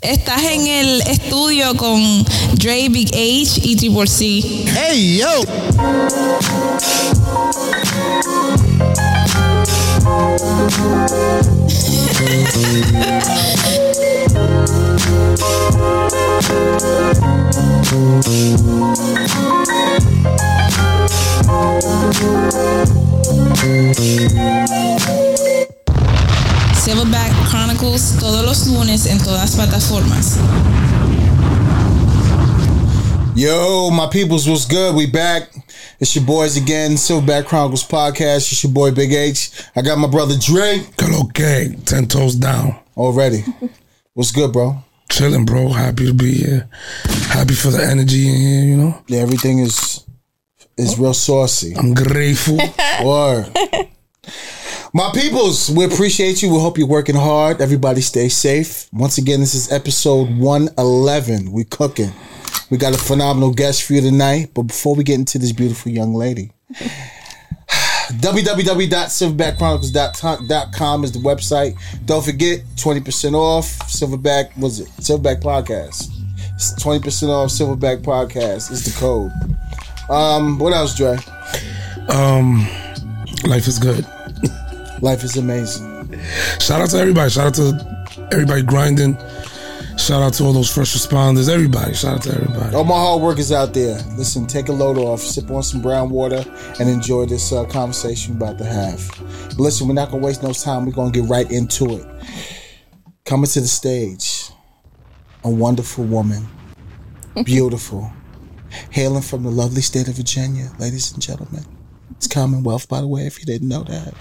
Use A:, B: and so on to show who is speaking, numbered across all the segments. A: Estás en el estudio con Dre, Big H y Triple C.
B: Hey yo.
A: Silverback Chronicles todos los lunes en todas plataformas.
B: Yo, my peoples, what's good? We back. It's your boys again, Silverback Chronicles Podcast. It's your boy Big H. I got my brother Dre
C: Hello, gang. Ten toes down.
B: already. What's good, bro?
C: Chilling, bro. Happy to be here. Happy for the energy in here, you know?
B: Yeah, everything is is real saucy.
C: I'm grateful.
B: Word. My peoples, we appreciate you. We hope you're working hard. Everybody stay safe. Once again, this is episode 111. We cooking. We got a phenomenal guest for you tonight. But before we get into this beautiful young lady, www.silverbackchronicles.com is the website. Don't forget, 20% off Silverback, was it? Silverback Podcast. It's 20% off Silverback Podcast is the code. Um, what else, Dre?
C: Um, life is good.
B: Life is amazing.
C: Shout out to everybody. Shout out to everybody grinding. Shout out to all those first responders. Everybody. Shout out to everybody.
B: All my hard workers out there, listen, take a load off, sip on some brown water, and enjoy this uh, conversation we're about to have. But listen, we're not going to waste no time. We're going to get right into it. Coming to the stage, a wonderful woman, beautiful, hailing from the lovely state of Virginia, ladies and gentlemen. It's Commonwealth, by the way, if you didn't know that.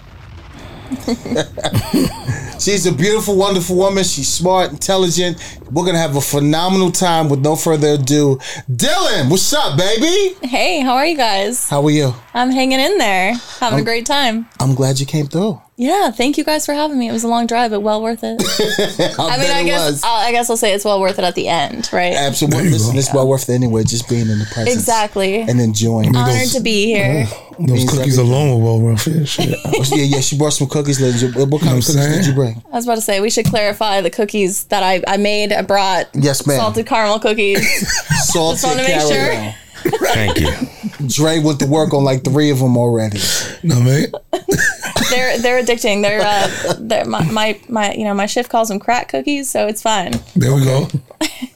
B: She's a beautiful, wonderful woman. She's smart, intelligent. We're gonna have a phenomenal time with no further ado. Dylan, what's up, baby?
D: Hey, how are you guys?
B: How are you?
D: I'm hanging in there, having a great time.
B: I'm glad you came through.
D: Yeah, thank you guys for having me. It was a long drive, but well worth it. I mean,
B: bet
D: I
B: it
D: guess
B: was.
D: I'll, I guess I'll say it's well worth it at the end, right?
B: Absolutely.
C: There you
B: Listen,
C: go.
B: it's well worth it anyway, just being in the presence.
D: Exactly. Uh,
B: And enjoying. it.
D: Honored to be here.
C: Those cookies alone were well worth it. Shit.
B: yeah, yeah, she brought some cookies, ladies. What kind of
C: I'm
B: cookies
C: saying?
B: did you bring?
D: I was about to say we should clarify the cookies that I, I made. I brought
B: Yes, ma'am.
D: salted caramel cookies.
B: Salted
D: wanna make
B: caramel.
C: Thank you.
B: Dre went to work on like three of them already.
C: No, man.
D: they're they're addicting. They're, uh, they're my, my my you know my shift calls them crack cookies, so it's fine.
C: There we go.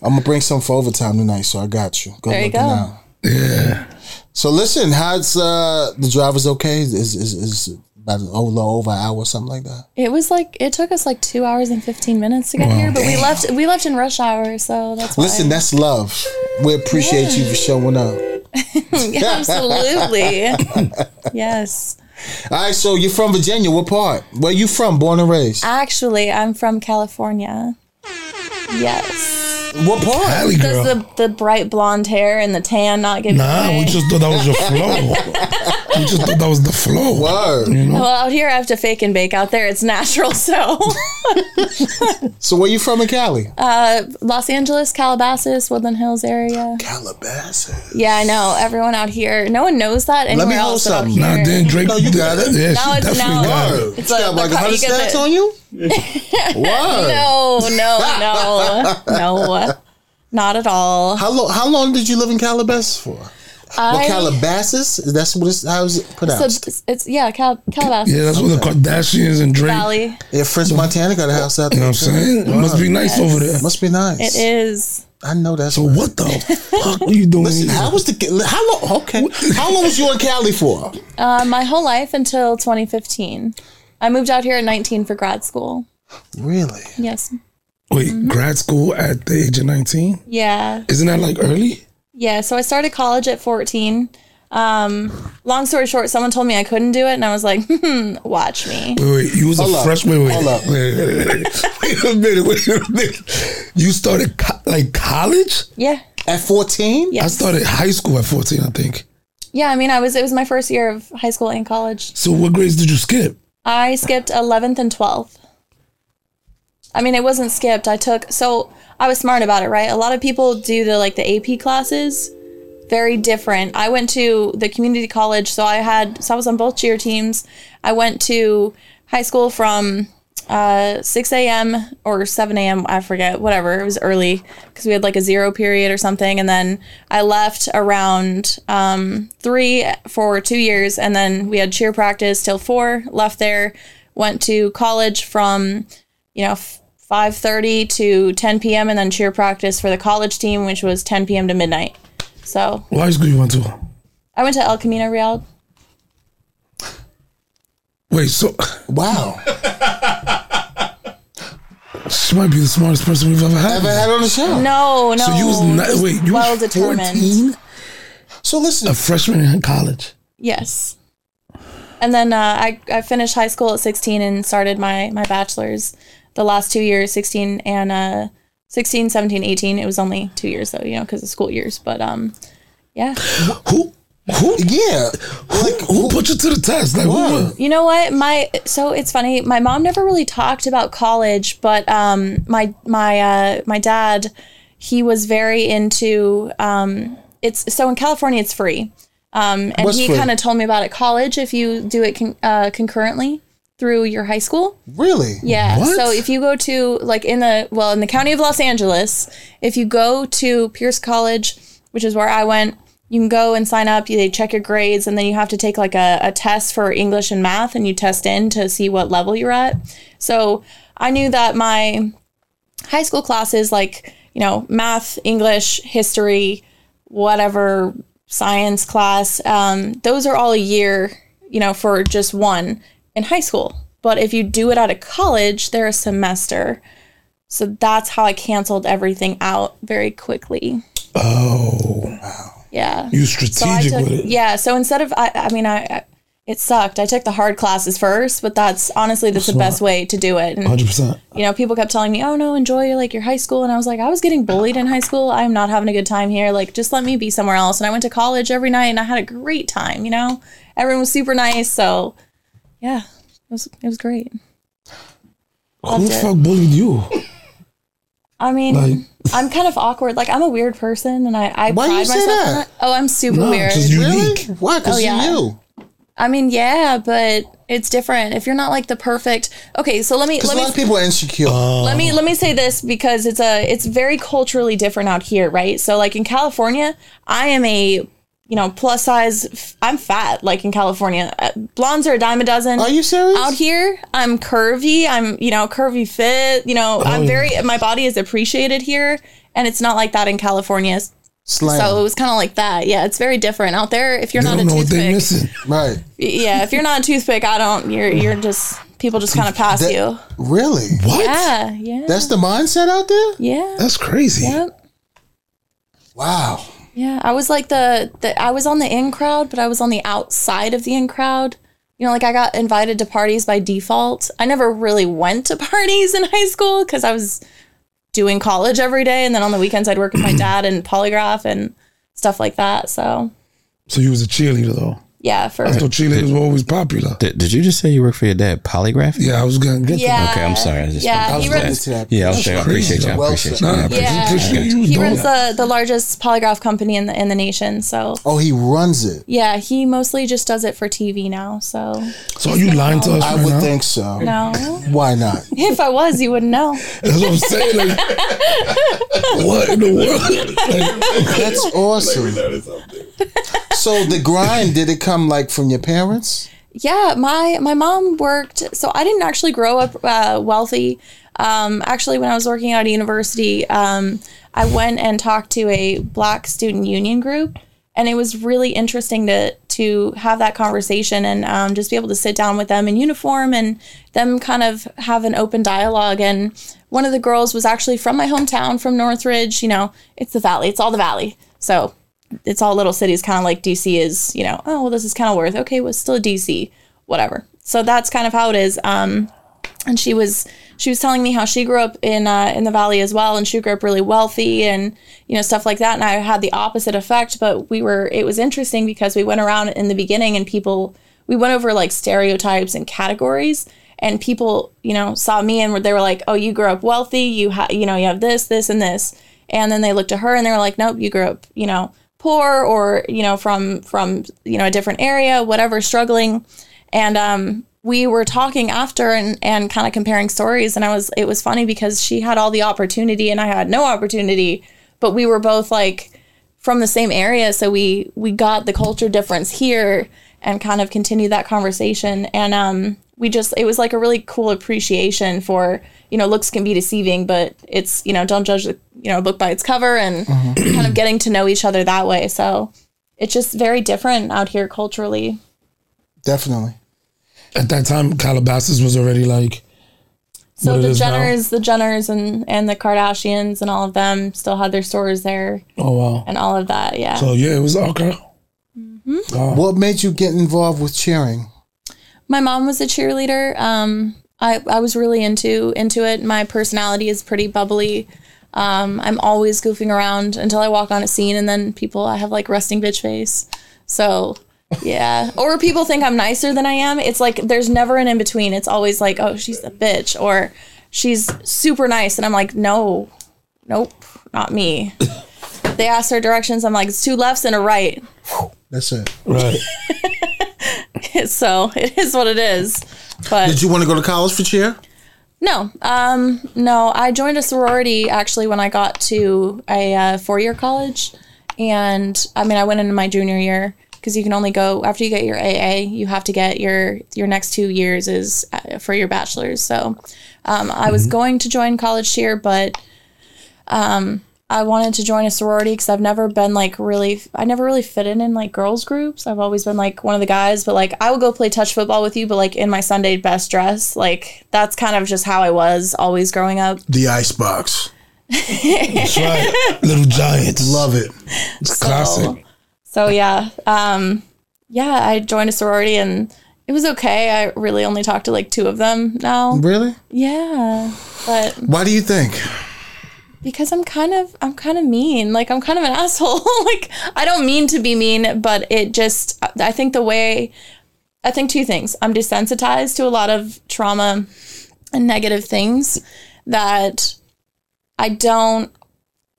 B: I'm gonna bring some for overtime tonight, so I got you. Good
D: There you
B: looking
D: go.
B: out.
C: Yeah.
B: So listen, how's uh, the driver's okay? Is is is about a little over an hour or something like that?
D: It was like it took us like two hours and fifteen minutes to get here, but we left we left in rush hour, so that's why.
B: Listen, that's love. We appreciate you for showing up.
D: Absolutely. yes.
B: All right, so you're from Virginia. What part? Where you from? Born and raised.
D: Actually, I'm from California. Yes.
B: What part?
C: Alley girl.
D: Does the, the bright blonde hair and the tan not give
C: nah,
D: you
C: we just thought that was your flow. we just thought that was the flow.
B: Word.
D: Well, out here I have to fake and bake. Out there it's natural. So,
B: So where you from in Cali?
D: uh, Los Angeles, Calabasas, Woodland Hills area.
B: Calabasas.
D: Yeah, I know. Everyone out here, no one knows that anywhere
B: me hold
D: else. but out
B: something.
C: Nah,
D: here.
C: then Drake.
B: No, you got it.
C: Yeah,
D: Now
C: she
D: it's-
C: definitely
D: now-
C: got it.
B: Word.
D: It's
B: you
D: like
B: got like
D: the car-
B: 100
D: you get
B: stacks
D: the-
B: on you? Word.
D: No, no, no, no, not at all.
B: How, lo- how long did you live in Calabasas for? Well,
D: I-
B: Calabasas? That's what it's, how's it
D: So
B: pronounced?
D: it's, it's yeah, Cal- Calabasas
C: Yeah, that's what the Kardashians and Drake.
D: Valley.
B: yeah, French Montana got a house out
C: You
B: there.
C: know what I'm
B: too.
C: saying? It must be nice over there.
B: Must be nice.
D: It is.
B: I know that's
C: So
B: right.
C: what the fuck are you doing?
B: Listen,
C: here?
B: how was the how long? Okay, how long was you in Cali for?
D: Uh, my whole life until 2015. I moved out here at 19 for grad school.
B: Really?
D: Yes.
C: Wait, grad school at the age of 19?
D: Yeah.
C: Isn't that like early?
D: Yeah. So I started college at 14. Um, long story short, someone told me I couldn't do it, and I was like, hmm, watch me.
C: Wait, wait, you was
B: Hold
C: a
B: up.
C: freshman. Wait, wait,
B: Hold up.
C: wait, wait, wait, wait a minute, wait a minute. You started co- like college?
D: Yeah.
B: At fourteen?
D: Yeah.
C: I started high school at 14, I think.
D: Yeah. I mean, I was, it was my first year of high school and college.
C: So what grades did you skip?
D: I skipped 11th and 12th. I mean, it wasn't skipped. I took, so I was smart about it, right? A lot of people do the like the AP classes, very different. I went to the community college, so I had, so I was on both cheer teams. I went to high school from uh, 6 a.m. or 7 a.m. I forget, whatever. It was early because we had like a zero period or something. And then I left around um, 3 for two years. And then we had cheer practice till 4, left there, went to college from, you know, f- 5.30 to 10 p.m. and then cheer practice for the college team, which was 10 p.m. to midnight. So
C: What high school you went to?
D: I went to El Camino Real.
C: Wait, so
B: Wow.
C: she might be the smartest person we've ever had.
B: Ever had on the show?
D: No, no.
C: So you was not, wait, you
D: well
C: was
D: determined.
C: 14?
B: So listen,
C: A freshman in college.
D: Yes. And then uh, I, I finished high school at 16 and started my, my bachelor's the last two years, 16 and uh, 16, 17, 18. It was only two years though, you know, because of school years. But um, yeah.
C: Who who
B: yeah. Like,
C: who put you to the test? Like
B: Wow.
C: who
D: You know what? My so it's funny. My mom never really talked about college, but um, my my uh, my dad, he was very into um, it's so in California it's free, um, and
B: What's
D: he
B: free?
D: kind of told me about it. College, if you do it con- uh, concurrently through your high school,
B: really?
D: yeah.
C: What?
D: So if you go to like in the well in the county of Los Angeles, if you go to Pierce College, which is where I went, you can go and sign up. They check your grades, and then you have to take like a, a test for English and math, and you test in to see what level you're at. So I knew that my high school classes, like you know, math, English, history, whatever science class, um, those are all a year, you know, for just one in high school. But if you do it out of college, they're a semester. So that's how I canceled everything out very quickly.
C: Oh
D: Yeah.
C: you
D: So I
C: strategic
D: took,
C: with it.
D: yeah. So instead of, I, I mean, I, I, it sucked. I took the hard classes first, but that's honestly that's the best way to do it. And
C: Hundred percent.
D: you know, people kept telling me, "Oh no, enjoy like your high school," and I was like, "I was getting bullied in high school. I'm not having a good time here. Like, just let me be somewhere else." And I went to college every night, and I had a great time. You know, everyone was super nice, so yeah, it was it was great.
C: Who the
D: it.
C: fuck bullied you?
D: I mean,
C: Like-
D: I'm kind of awkward. Like, I'm a weird person, and I I
B: Why do you
D: pride
B: say
D: myself. on
B: that?
D: Oh, I'm super
C: No,
D: weird.
C: just
B: Really?
C: unique.
B: Why? Because
D: Oh,
B: you
D: yeah.
B: you.
D: I mean, yeah, but it's different. If you're not like the perfect, okay. So let me
B: Because
D: let
B: a
D: me Uh-huh.
B: lot of people are insecure.
D: let me let me say this because it's a it's very culturally different out here right so like in california i am a you know plus size f- i'm fat like in california Uh, blondes are a dime a dozen
B: are you serious?
D: out here i'm curvy i'm you know curvy fit you know i'm
C: yeah.
D: very my body is appreciated here and it's not like that in california
B: Slam.
D: so it was kind of like that yeah it's very different out there if you're
C: They
D: not
C: don't
D: a
C: know what they
D: toothpick
C: missing.
B: right.
D: yeah if you're not a toothpick i don't you're you're just people just kind of pass
B: That-
D: you
B: Really?
C: What?
D: yeah yeah
B: That's the mindset out there?
D: yeah
C: That's crazy.
D: yep
B: Wow.
D: Yeah, I was like the, the I was on the in crowd, but I was on the outside of the in crowd. You know, like I got invited to parties by default. I never really went to parties in high school because I was doing college every day, and then on the weekends I'd work with my dad and polygraph and stuff like that. So
C: So you was a cheerleader though.
D: yeah, for
C: So cheerleaders were always popular.
E: Did, did you just say you work for your dad? Polygraph?
C: Yeah, I was gonna get to
D: yeah.
E: Okay, I'm sorry. I just
D: Yeah,
E: I
D: he
E: was
D: runs,
B: glad.
E: glad. yeah, I was
B: That's
E: saying, I
C: crazy.
E: appreciate you. I
B: Well
E: appreciate
B: said.
E: you.
C: Nah,
E: I appreciate
D: Yeah.
C: appreciate you.
D: he
C: dog.
D: runs the the largest polygraph company in the in the nation. So
B: Oh, he runs it.
D: yeah, he mostly just does it for TV now. So
C: so are you lying to us
B: I
C: right
B: would
C: now?
B: think so.
D: no,
B: Why not?
D: if I was, you wouldn't know.
C: That's what I'm saying. Like, what in the world? Like,
B: That's awesome. so the grind, did it come like from your parents?
D: Yeah, my my mom worked. So I didn't actually grow up uh, wealthy. Um, actually, when I was working at a university, um, I went and talked to a black student union group, and it was really interesting to to have that conversation and um, just be able to sit down with them in uniform and them kind of have an open dialogue. And one of the girls was actually from my hometown, from Northridge. You know, it's the valley. It's all the valley. So it's all little cities, kind of like DC is, you know, oh, well, this is kind of worth, okay, well, it's still DC, whatever. So that's kind of how it is. Um, and she was she was telling me how she grew up in uh, in the valley as well, and she grew up really wealthy and you know stuff like that. And I had the opposite effect, but we were it was interesting because we went around in the beginning and people we went over like stereotypes and categories, and people you know saw me and were- they were like, oh, you grew up wealthy, you ha- you know you have this, this, and this, and then they looked at her and they were like, nope, you grew up you know poor or you know from from you know a different area, whatever, struggling, and um, we were talking after and, and kind of comparing stories and i was it was funny because she had all the opportunity and i had no opportunity but we were both like from the same area so we we got the culture difference here and kind of continued that conversation and um we just it was like a really cool appreciation for you know looks can be deceiving but it's you know don't judge the you know book by its cover and kind of getting to know each other that way so it's just very different out here culturally
B: Definitely.
C: At that time, Calabasas was already like
D: So
C: what it
D: the
C: is now.
D: Jenners, the Jenners, and and the Kardashians, and all of them still had their stores there,
C: Oh wow!
D: and all of that. Yeah.
C: So yeah, it was okay.
D: Uh-huh.
B: What made you get involved with cheering?
D: my mom was a cheerleader. Um, I I was really into into it. My personality is pretty bubbly. Um, I'm always goofing around until I walk on a scene, and then people I have like resting bitch face. So yeah, or people think I'm nicer than I am. It's like there's never an in between. It's always like, oh, she's a bitch, or she's super nice, and I'm like, no, nope, not me. they asked her directions. I'm like, it's two lefts and a right.
B: That's it.
C: Right.
D: so it is what it is. But
B: Did you want to go to college for cheer?
D: No, um, no. I joined a sorority actually when I got to a uh, four-year college, and I mean I went into my junior year because you can only go after you get your AA. You have to get your your next two years is uh, for your bachelor's. So um, I was going to join college cheer, but um, I wanted to join a sorority because I've never been like really. I never really fit in in like girls groups. I've always been like one of the guys, but like I would go play touch football with you, but like in my Sunday best dress. Like that's kind of just how I was always growing up.
B: The Icebox.
C: That's right. Little Giants.
B: Love it.
C: It's classic.
D: So yeah, um, yeah, I joined a sorority and it was okay. I really only talked to like two of them now.
B: Really?
D: Yeah, but
B: Why do you think?
D: because I'm kind of I'm kind of mean. Like I'm kind of an asshole. like I don't mean to be mean, but it just I think the way I think two things. I'm desensitized to a lot of trauma and negative things that I don't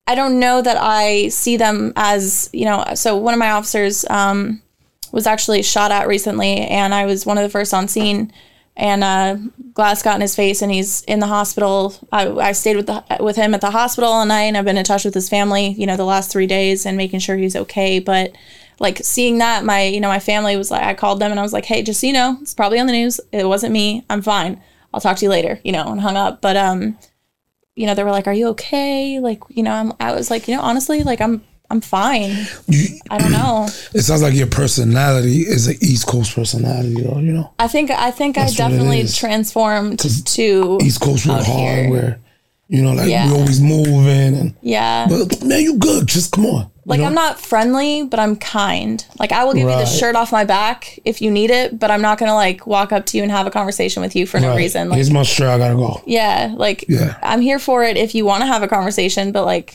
D: I don't know that I see them as, you know, so one of my officers um was actually shot at recently and I was one of the first on scene and uh, glass got in his face and he's in the hospital. I, I stayed with the, with him at the hospital all night and I've been in touch with his family, you know, the last three days and making sure he's okay. But like seeing that, my you know my family was like, I called them and I was like, hey, just so you know, it's probably on the news. It wasn't me. I'm fine. I'll talk to you later, you know, and hung up. But um, you know, they were like, are you okay? Like, you know, I'm, I was like, you know, honestly, like I'm I'm fine.
C: You,
D: I don't know.
C: it sounds like your personality is an East Coast personality, though. You know,
D: I think I think I
C: That's what it
D: definitely
C: is.
D: transformed to
C: East Coast real
D: Out
C: hard,
D: here.
C: where you know, like
D: Yeah.
C: we always moving, and
D: yeah.
C: but man, you good? Just come on.
D: Like I'm not friendly, but I'm kind. Like I will give you
C: Right.
D: the shirt off my back if you need it, but I'm not gonna like walk up to you and have a conversation with you for no
C: Right.
D: reason. Like
C: Here's my shirt. I gotta go.
D: yeah, like
C: Yeah.
D: I'm here for it if you want to have a conversation, but like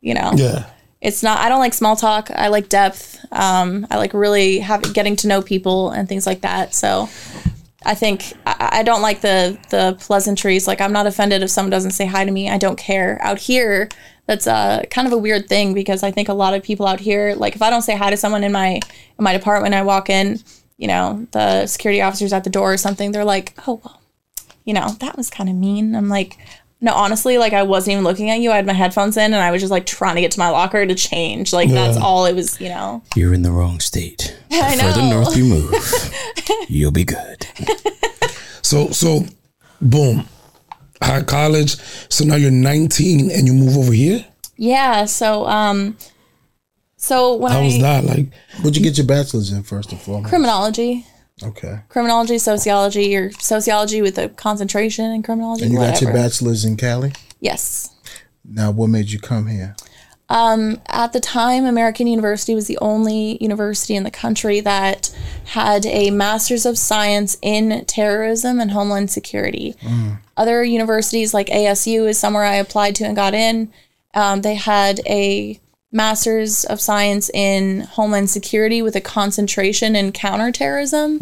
D: you know,
C: Yeah.
D: it's not. I don't like small talk. I like depth. Um, I like really have getting to know people and things like that. So. I think I, I don't like the the pleasantries. Like I'm not offended if someone doesn't say hi to me. I don't care. Out here, that's uh, kind of a weird thing because I think a lot of people out here, like if I don't say hi to someone in my in my department, I walk in, you know, the security officers at the door or something. They're like, oh well, you know, that was kind of mean. I'm like. No, honestly, like I wasn't even looking at you. I had my headphones in and I was just like trying to get to my locker to change. Like that's
C: Yeah.
D: all it was, you know.
E: You're in the wrong state. The
D: I
E: further
D: know.
E: north you move, you'll be good.
C: So so, boom. High college. So now you're 19 and you move over here.
D: Yeah. So, um, so when
C: How
D: I
C: was that? Like,
B: Would you get your bachelor's in first and foremost?
D: criminology,
B: Okay.
D: criminology, sociology, or sociology with a concentration in criminology.
B: And you got your
D: whatever.
B: bachelor's in Cali.
D: Yes.
B: Now, what made you come here?
D: At the time, American University was the only university in the country that had a master's of science in terrorism and homeland security. Other universities like ASU is somewhere I applied to and got in. Um, they had a master's of science in homeland security with a concentration in counterterrorism.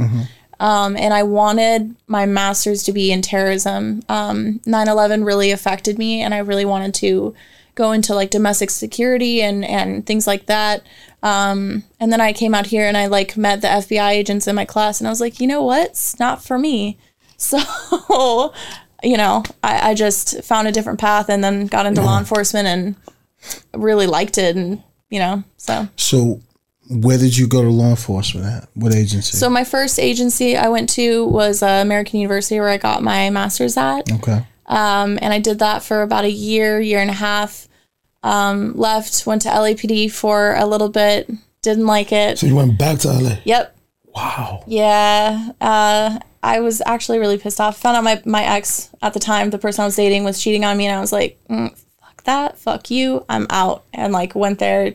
D: Um, and I wanted my master's to be in terrorism. Um, 9 11 really affected me, and I really wanted to go into like domestic security and and things like that. Um, and then I came out here and I like met the FBI agents in my class, and I was like, you know what, it's not for me. So, you know, I, I just found a different path and then got into law enforcement and really liked it, and you know, so
B: So, where did you go to law enforcement at? What agency?
D: So my first agency I went to was uh, American University, where I got my master's at,
B: okay.
D: um, and I did that for about a year, year and a half. Um, left, went to LAPD for a little bit, didn't like it.
C: So you went back to LA.
D: Yep,
C: Wow.
D: yeah, uh, I was actually really pissed off. Found out my my ex at the time, the person I was dating, was cheating on me, and I was like, mm, "Fuck that, fuck you, I'm out," and like went there.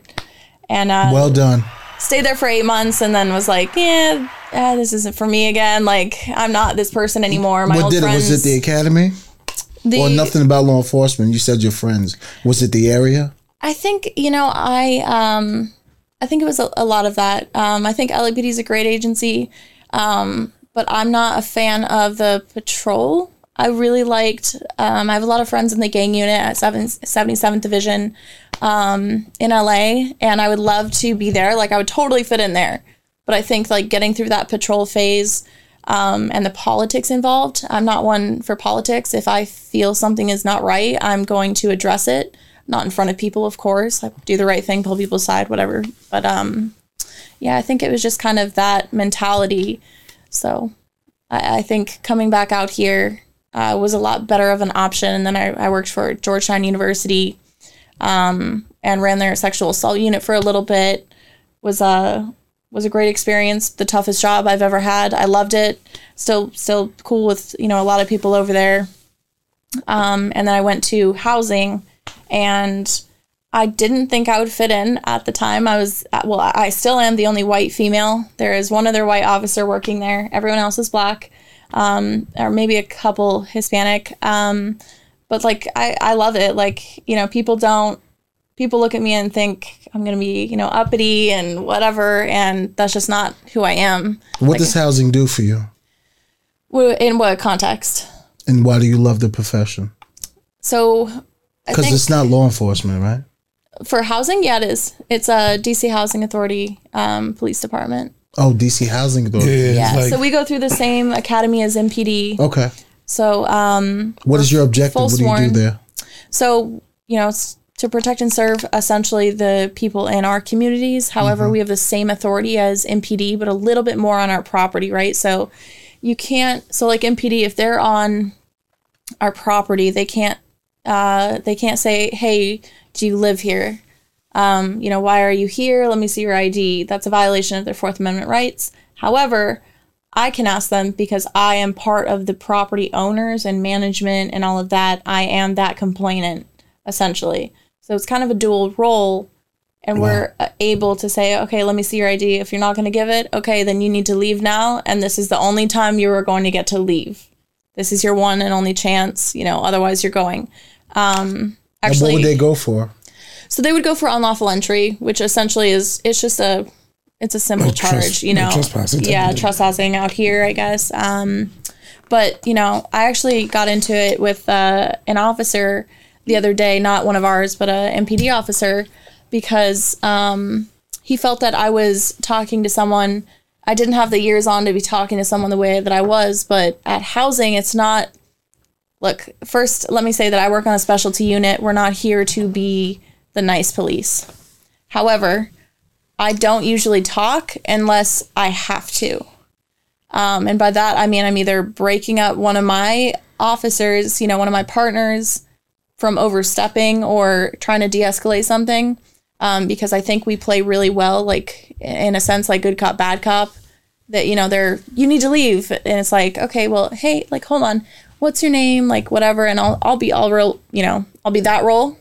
D: And uh,
B: Well done.
D: stayed there for eight months and then was like, yeah, eh, this isn't for me again. Like, I'm not this person anymore. My
B: what
D: old
B: did
D: friends,
B: it? Was it the academy
D: the-
B: or nothing about law enforcement? You said your friends. Was it the area?
D: I think you know, I um, I think it was a, a lot of that. Um, I think LAPD is a great agency, um, but I'm not a fan of the patrol. I really liked. Um, I have a lot of friends in the gang unit at 7, 77th Division um, in LA, and I would love to be there. Like I would totally fit in there, but I think like getting through that patrol phase um, and the politics involved. I'm not one for politics. If I feel something is not right, I'm going to address it. Not in front of people, of course. I do the right thing, pull people aside, whatever. But um, yeah, I think it was just kind of that mentality. So I, I think coming back out here uh, was a lot better of an option. And then I, I worked for Georgetown University um, and ran their sexual assault unit for a little bit. Was uh, was a great experience the toughest job i've ever had i loved it still still cool with you know a lot of people over there um, and then i went to housing and i didn't think i would fit in at the time i was uh, well i still am the only white female there is one other white officer working there everyone else is black um, or maybe a couple hispanic um, but like I, I love it like you know people don't people look at me and think I'm going to be, you know, uppity and whatever. And that's just not who I am.
B: What does housing do for you?
D: Wh- In what context?
B: And why do you love the profession?
D: So, I
B: Because
D: think
B: it's not law enforcement, right?
D: for housing, yeah, it is. It's a DC Housing Authority um, police department.
B: Oh, DC Housing
C: Yeah,
B: Authority.
C: it's
D: Yeah.
C: like-
D: so we go through the same academy as MPD.
B: Okay.
D: So, um,
B: What is your objective?
D: full
B: What do you do
D: sworn.
B: there?
D: so you know, it's to protect and serve essentially the people in our communities. However, we have the same authority as MPD, but a little bit more on our property, right? So you can't so like MPD if they're on our property they can't uh, they can't say hey do you live here um, you know why are you here let me see your ID that's a violation of their Fourth Amendment rights however I can ask them because I am part of the property owners and management and all of that I am that complainant essentially so it's kind of a dual role and we're uh, able to say, okay, let me see your ID. If you're not going to give it, okay, then you need to leave now. And this is the only time you are going to get to leave. This is your one and only chance. You know, otherwise you're going. Um,
B: And
D: actually,
B: what would they go for?
D: so they would go for unlawful entry, which essentially is it's just a it's a simple
C: Like
D: charge,
C: tresp-
D: you know.
C: like trespassing
D: yeah,
C: technically.
D: trespassing out here, I guess. Um, but you know, I actually got into it with uh, an officer the other day, not one of ours, but a MPD officer, because um, he felt that I was talking to someone. I didn't have the years on to be talking to someone the way that I was, but at housing, it's not look, first, let me say that I work on a specialty unit. We're not here to be the nice police. However, I don't usually talk unless I have to. Um, and by that, I mean I'm either breaking up one of my officers, you know, one of my partners from overstepping or trying to de escalate something. Um, because I think we play really well, like in a sense, like good cop, bad cop that you know they're you need to leave and it's like okay well hey like hold on what's your name like whatever and i'll i'll be all real you know i'll be that role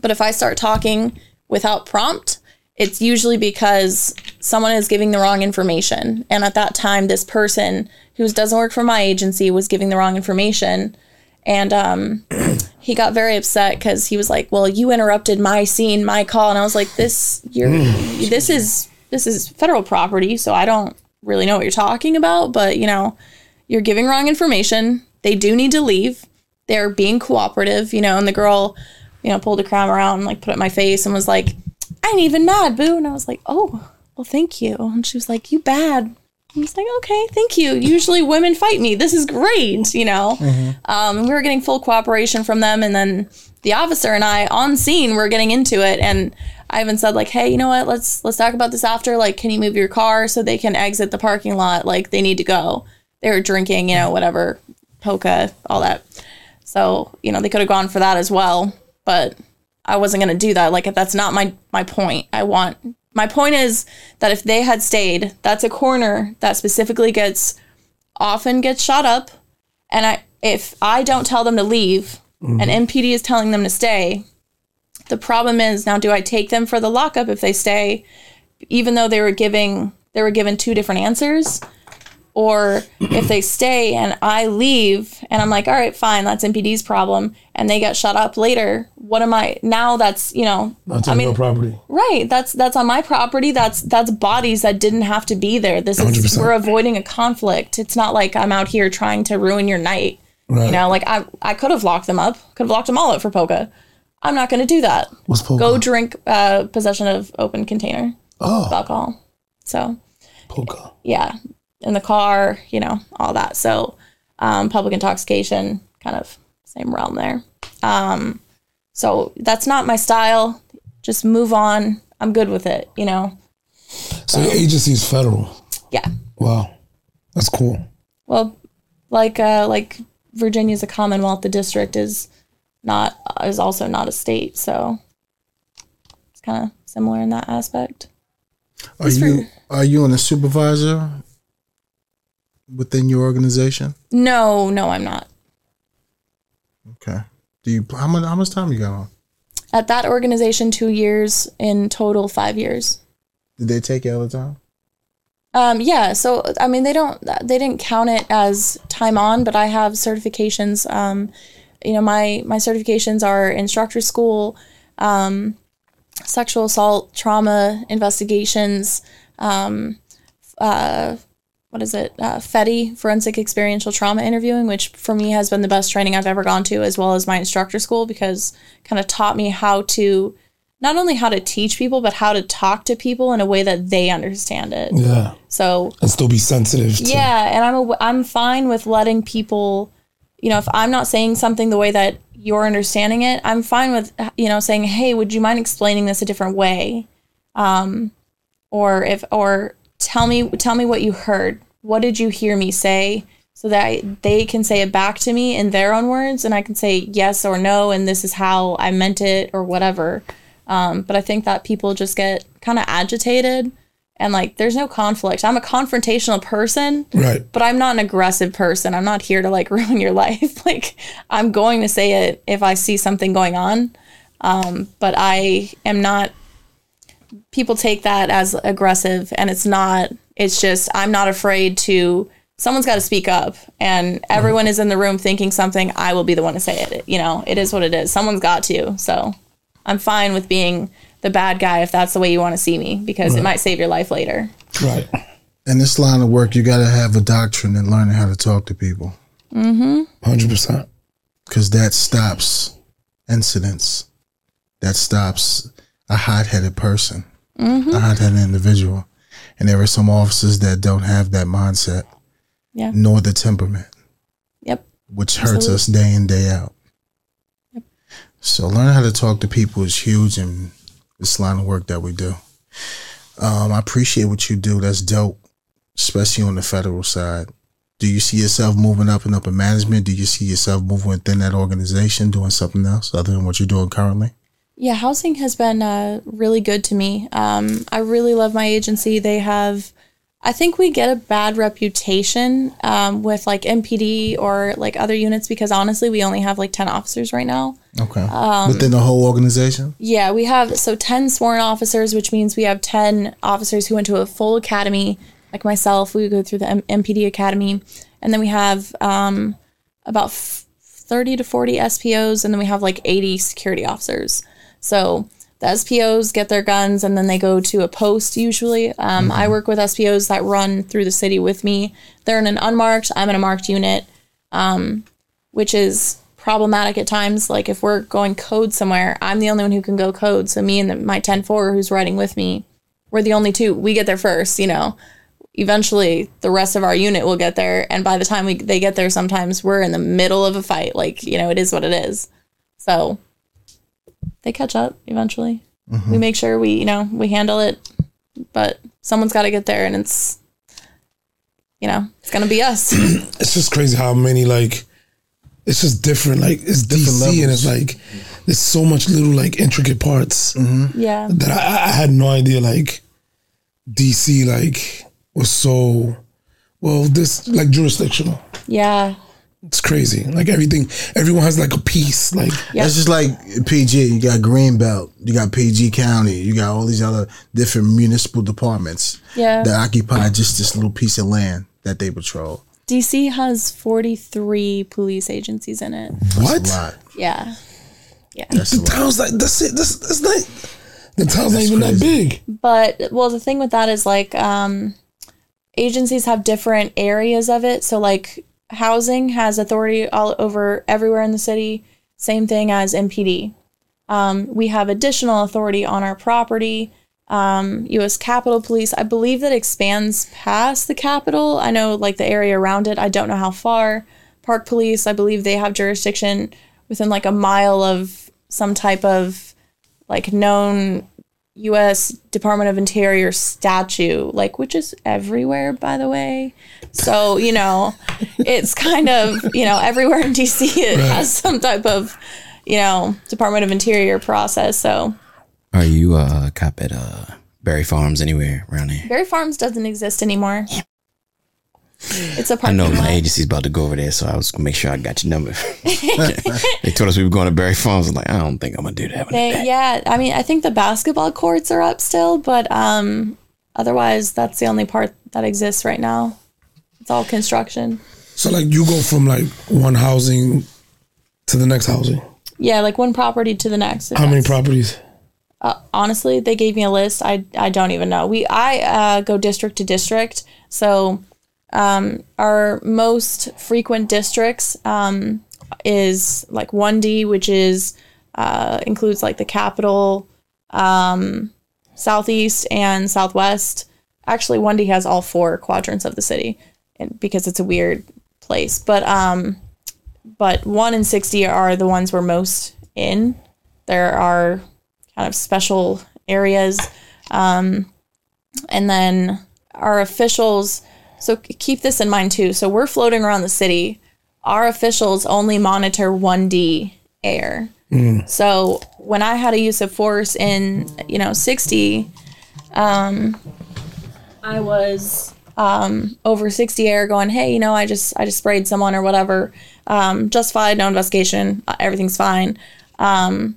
D: but if i start talking without prompt it's usually because someone is giving the wrong information and at that time this person who doesn't work for my agency was giving the wrong information and um, he got very upset because he was like, "Well, you interrupted my scene, my call," and I was like, "This, you're, this is this is federal property, so I don't really know what you're talking about, but you know, you're giving wrong information. They do need to leave. They're being cooperative, you know." And the girl, you know, pulled a crown around and like put it in my face and was like, I ain't even mad, boo. And I was like, oh, well, thank you. And she was like, you bad. I was like, okay, thank you. Usually women fight me. This is great, you know? Um, and we were getting full cooperation from them. And then the officer and I on scene were getting into it. And Ivan said, like, hey, you know what? Let's let's talk about this after. Like, can you move your car so they can exit the parking lot? Like, they need to go. They were drinking, you know, whatever, polka, all that. So, you know, they could have gone for that as well. But I wasn't going to do that. Like that's not my my point. I want my point is that if they had stayed, that's a corner that specifically gets often gets shot up and I if I don't tell them to leave and MPD is telling them to stay, the problem is now do I take them for the lockup if they stay even though they were giving they were given two different answers or if they stay and I leave and I'm like, all right, fine, that's MPD's problem, and they get shut up later. What am I now? That's you know,
C: That's
D: I
C: on
D: mean,
C: your property.
D: right? That's that's on my property. That's that's bodies that didn't have to be there. This is
C: 100%.
D: we're avoiding a conflict. It's not like I'm out here trying to ruin your night.
C: Right.
D: You know, like I I could have locked them up, could have locked them all up for poker. I'm not going to do that.
C: What's polka?
D: Go drink uh, possession of open container of alcohol. So
C: polka.
D: yeah, in the car, you know, all that. So, um, public intoxication, kind of same realm there. Um, so that's not my style. Just move on. I'm good with it, you know.
C: So your agency is federal.
D: Yeah.
C: Wow, that's cool.
D: Well, like uh, like Virginia's a commonwealth. The district is not is also not a state, so it's kind of similar in that aspect.
B: Are you are you in a supervisor within your organization?
D: No, no, I'm not.
B: Okay. Do you how much how much time you got on?
D: At that organization, two years in total, five years.
B: Did they take you all the time?
D: Um, yeah, so I mean, they don't, they didn't count it as time on, but I have certifications. Um, you know, my my certifications are instructor school, um, sexual assault, trauma investigations. Um, uh, what is it? Uh, FETI, forensic experiential trauma interviewing, which for me has been the best training I've ever gone to, as well as my instructor school, because kind of taught me how to not only how to teach people, but how to talk to people in a way that they understand it.
C: Yeah,
D: So
C: and still be sensitive. To,
D: yeah, and I'm aw- I'm fine with letting people, you know, if I'm not saying something the way that you're understanding it, I'm fine with you know saying, hey, would you mind explaining this a different way, um, or if or tell me tell me what you heard. What did you hear me say? So that I, they can say it back to me in their own words, and I can say yes or no, and this is how I meant it or whatever. Um, but I think that people just get kind of agitated and like there's no conflict. I'm a confrontational person,
C: Right.
D: but I'm not an aggressive person. I'm not here to like ruin your life. Like I'm going to say it if I see something going on. Um, but I am not people take that as aggressive and it's not it's just I'm not afraid to someone's got to speak up and everyone is in the room thinking something I will be the one to say it. You know, it is what it is. Someone's got to. So I'm fine with being the bad guy if that's the way you want to see me because it might save your life later.
C: Right.
B: In this line of work, you got to have a doctrine in learning how to talk to people
C: Hundred percent.
B: because that stops incidents. That stops a hot-headed person, a hot-headed individual. And there are some officers that don't have that mindset
D: Yeah.
B: nor the temperament.
D: Yep.
B: which hurts us day in day out. So learning how to talk to people is huge in this line of work that we do. Um, I appreciate what you do. That's dope, especially on the federal side. Do you see yourself moving up and up in management? Do you see yourself moving within that organization, doing something else other than what you're doing currently?
D: Yeah, housing has been uh, really good to me. Um, I really love my agency. They have, I think we get a bad reputation um, with like MPD or like other units because honestly, we only have like 10 officers right now.
B: Okay. within the whole organization?
D: Yeah, we have so 10 sworn officers, which means we have 10 officers who went to a full academy, like myself. We go through the M- MPD academy. And then we have um, about f- 30 to 40 SPOs, and then we have like 80 security officers. So the SPOs get their guns and then they go to a post usually. Um, I work with SPOs that run through the city with me. They're in an unmarked, I'm in a marked unit, um, which is problematic at times. Like if we're going code somewhere, I'm the only one who can go code. So me and the, my 10-4 who's riding with me, we're the only two. We get there first, you know. Eventually, the rest of our unit will get there, and by the time we they get there, sometimes we're in the middle of a fight. Like you know, it is what it is. So they catch up eventually. We make sure we you know we handle it, but someone's got to get there, and it's you know it's gonna be us.
C: it's just crazy how many like it's just different like it's DC and it's like there's so much little like intricate parts
F: Mm-hmm.
D: yeah.
C: that I, I- I had no idea like DC like was so well this like jurisdictional
D: Yeah.
C: it's crazy like everything everyone has like a piece like
D: Yeah.
F: That's just like PG. You got Greenbelt, you got PG County, you got all these other different municipal departments
D: Yeah.
F: that occupy just this little piece of land that they patrol.
D: DC has 43 police agencies in it.
C: what
F: A lot.
D: Yeah.
F: That's a
C: the
F: lot.
C: town's like that's it that's, that's not the town's not
F: That's
C: even that
F: crazy.
C: big
D: But well, the thing with that is like um agencies have different areas of it. So like housing has authority all over everywhere in the city, same thing as MPD. Um, we have additional authority on our property. Um, U.S. Capitol Police, I believe that expands past the Capitol. I know like the area around it. I don't know how far. Park Police, I believe they have jurisdiction within like a mile of some type of like known U.S. Department of Interior statue, like which is everywhere, by the way. So you know, it's kind of you know everywhere in D.C. it has some type of you know Department of Interior process. So
E: Are you uh, a cop at uh, Berry Farms anywhere around here?
D: Berry Farms doesn't exist anymore. It's a
E: I
D: parking
E: know my
D: lot.
E: agency's about to go over there, so I was gonna make sure I got your number. they told us we were going to Berry Farms. I'm like, I don't think I'm gonna do that.
D: They, yeah, I mean, I think the basketball courts are up still, but um, otherwise that's the only part that exists right now. It's all construction.
C: so like you go from like one housing to the next housing
D: Yeah, like one property to the next. if
C: how many
D: that's-
C: properties
D: Uh, honestly, they gave me a list. I, I don't even know. We I uh, go district to district, so um, our most frequent districts um, is like one D, which is uh, includes like the capital, um, southeast and southwest. Actually, one D has all four quadrants of the city, and because it's a weird place. But um, but one and sixty are the ones we're most in. There are kind of special areas. Um, and then our officials, so k- keep this in mind too. So we're floating around the city. Our officials only monitor 1D air. So when I had a use of force in, you know, 60, um, I was um, over 60 air going, hey, you know, I just I just sprayed someone or whatever. Um, justified, no investigation, uh, everything's fine Um,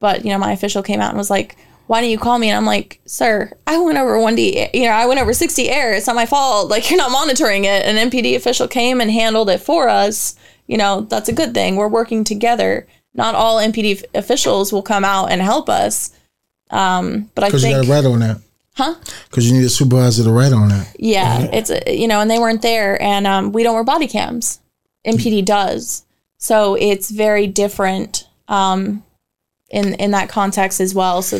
D: but you know my official came out and was like why don't you call me and i'm like sir i went over 1d you know i went over 60 air it's not my fault like you're not monitoring it an mpd official came and handled it for us you know that's a good thing we're working together not all mpd f- officials will come out and help us um but i
F: Because you got
D: think
F: to write on that.
D: huh
F: Because you need a supervisor to write on that.
D: yeah, it's uh, you know, and they weren't there, and um, we don't wear body cams. MPD does, so it's very different um, in in that context as well. So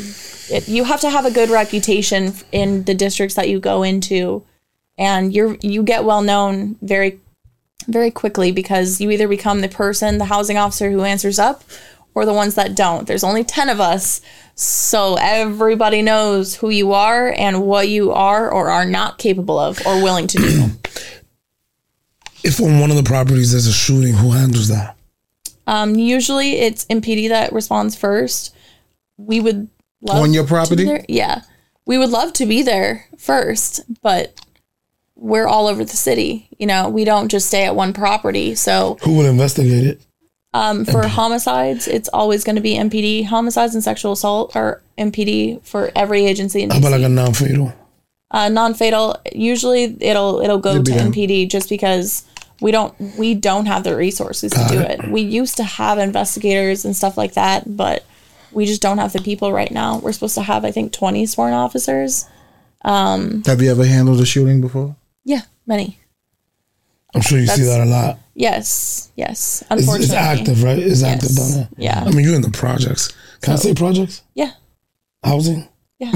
D: it, you have to have a good reputation in the districts that you go into, and you're you get well known very very quickly because you either become the person, the housing officer who answers up, or the ones that don't. There's only ten of us, so everybody knows who you are and what you are or are not capable of or willing to do.
C: if on one of the properties there's a shooting who handles that
D: um, usually it's MPD that responds first. We would love
F: On your
D: to be
F: property?
D: there. Yeah. We would love to be there first, but we're all over the city. You know, we don't just stay at one property. So
C: who will investigate it
D: Um, for homicides, it's always going to be MPD. Homicides and sexual assault are MPD for every agency. In
C: how about
D: DC.
C: like a non-fatal
D: uh, non-fatal, usually it'll it'll go to MPD just because we don't we don't have the resources to do it. We used to have investigators and stuff like that, but we just don't have the people right now. We're supposed to have I think twenty sworn officers.
F: Have you ever handled a shooting before?
D: Yeah, many.
C: I'm sure you see
D: That's-
C: that a lot.
D: Yes, yes.
C: It's,
D: Unfortunately,
C: it's active, right? It's active
D: Yes.
C: down there.
D: Yeah.
C: I mean, you're in the projects. Can
D: So-
C: I say projects?
D: Yeah,
C: Housing?
D: yeah.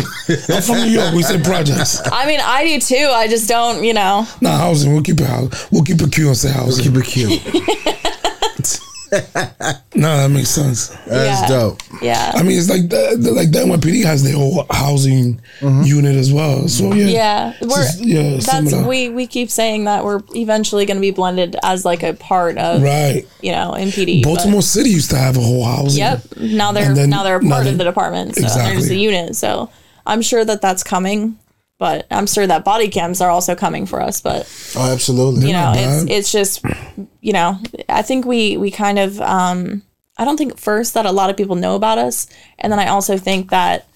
C: I'm from New York. We say projects.
D: I mean, I do too. I just don't, you know.
C: Nah, housing. We'll keep it house. We'll keep it Q and say housing.
F: Keep it cute.
C: nah, that makes sense.
F: That's
D: yeah.
F: dope.
D: Yeah.
C: I mean, it's like the, the, like the NYPD has their whole housing unit as well. So yeah,
D: Yeah,
C: It's
D: we're
C: just- yeah,
D: that's
C: similar.
D: we we keep saying that we're eventually going to be blended as like a part of
C: right.
D: you know MPD. but-
C: Baltimore City used to have a whole housing.
D: Yep. Now they're
C: And then-
D: now they're a
C: now
D: part
C: they-
D: of the department. So they're just a
C: Exactly.
D: unit. So I'm sure that that's coming. But I'm sure that body cams are also coming for us. But
B: Oh, absolutely.
D: you know,
C: not
D: it's
C: bad.
D: it's just you know, I think we we kind of um I don't think first that a lot of people know about us, and then I also think that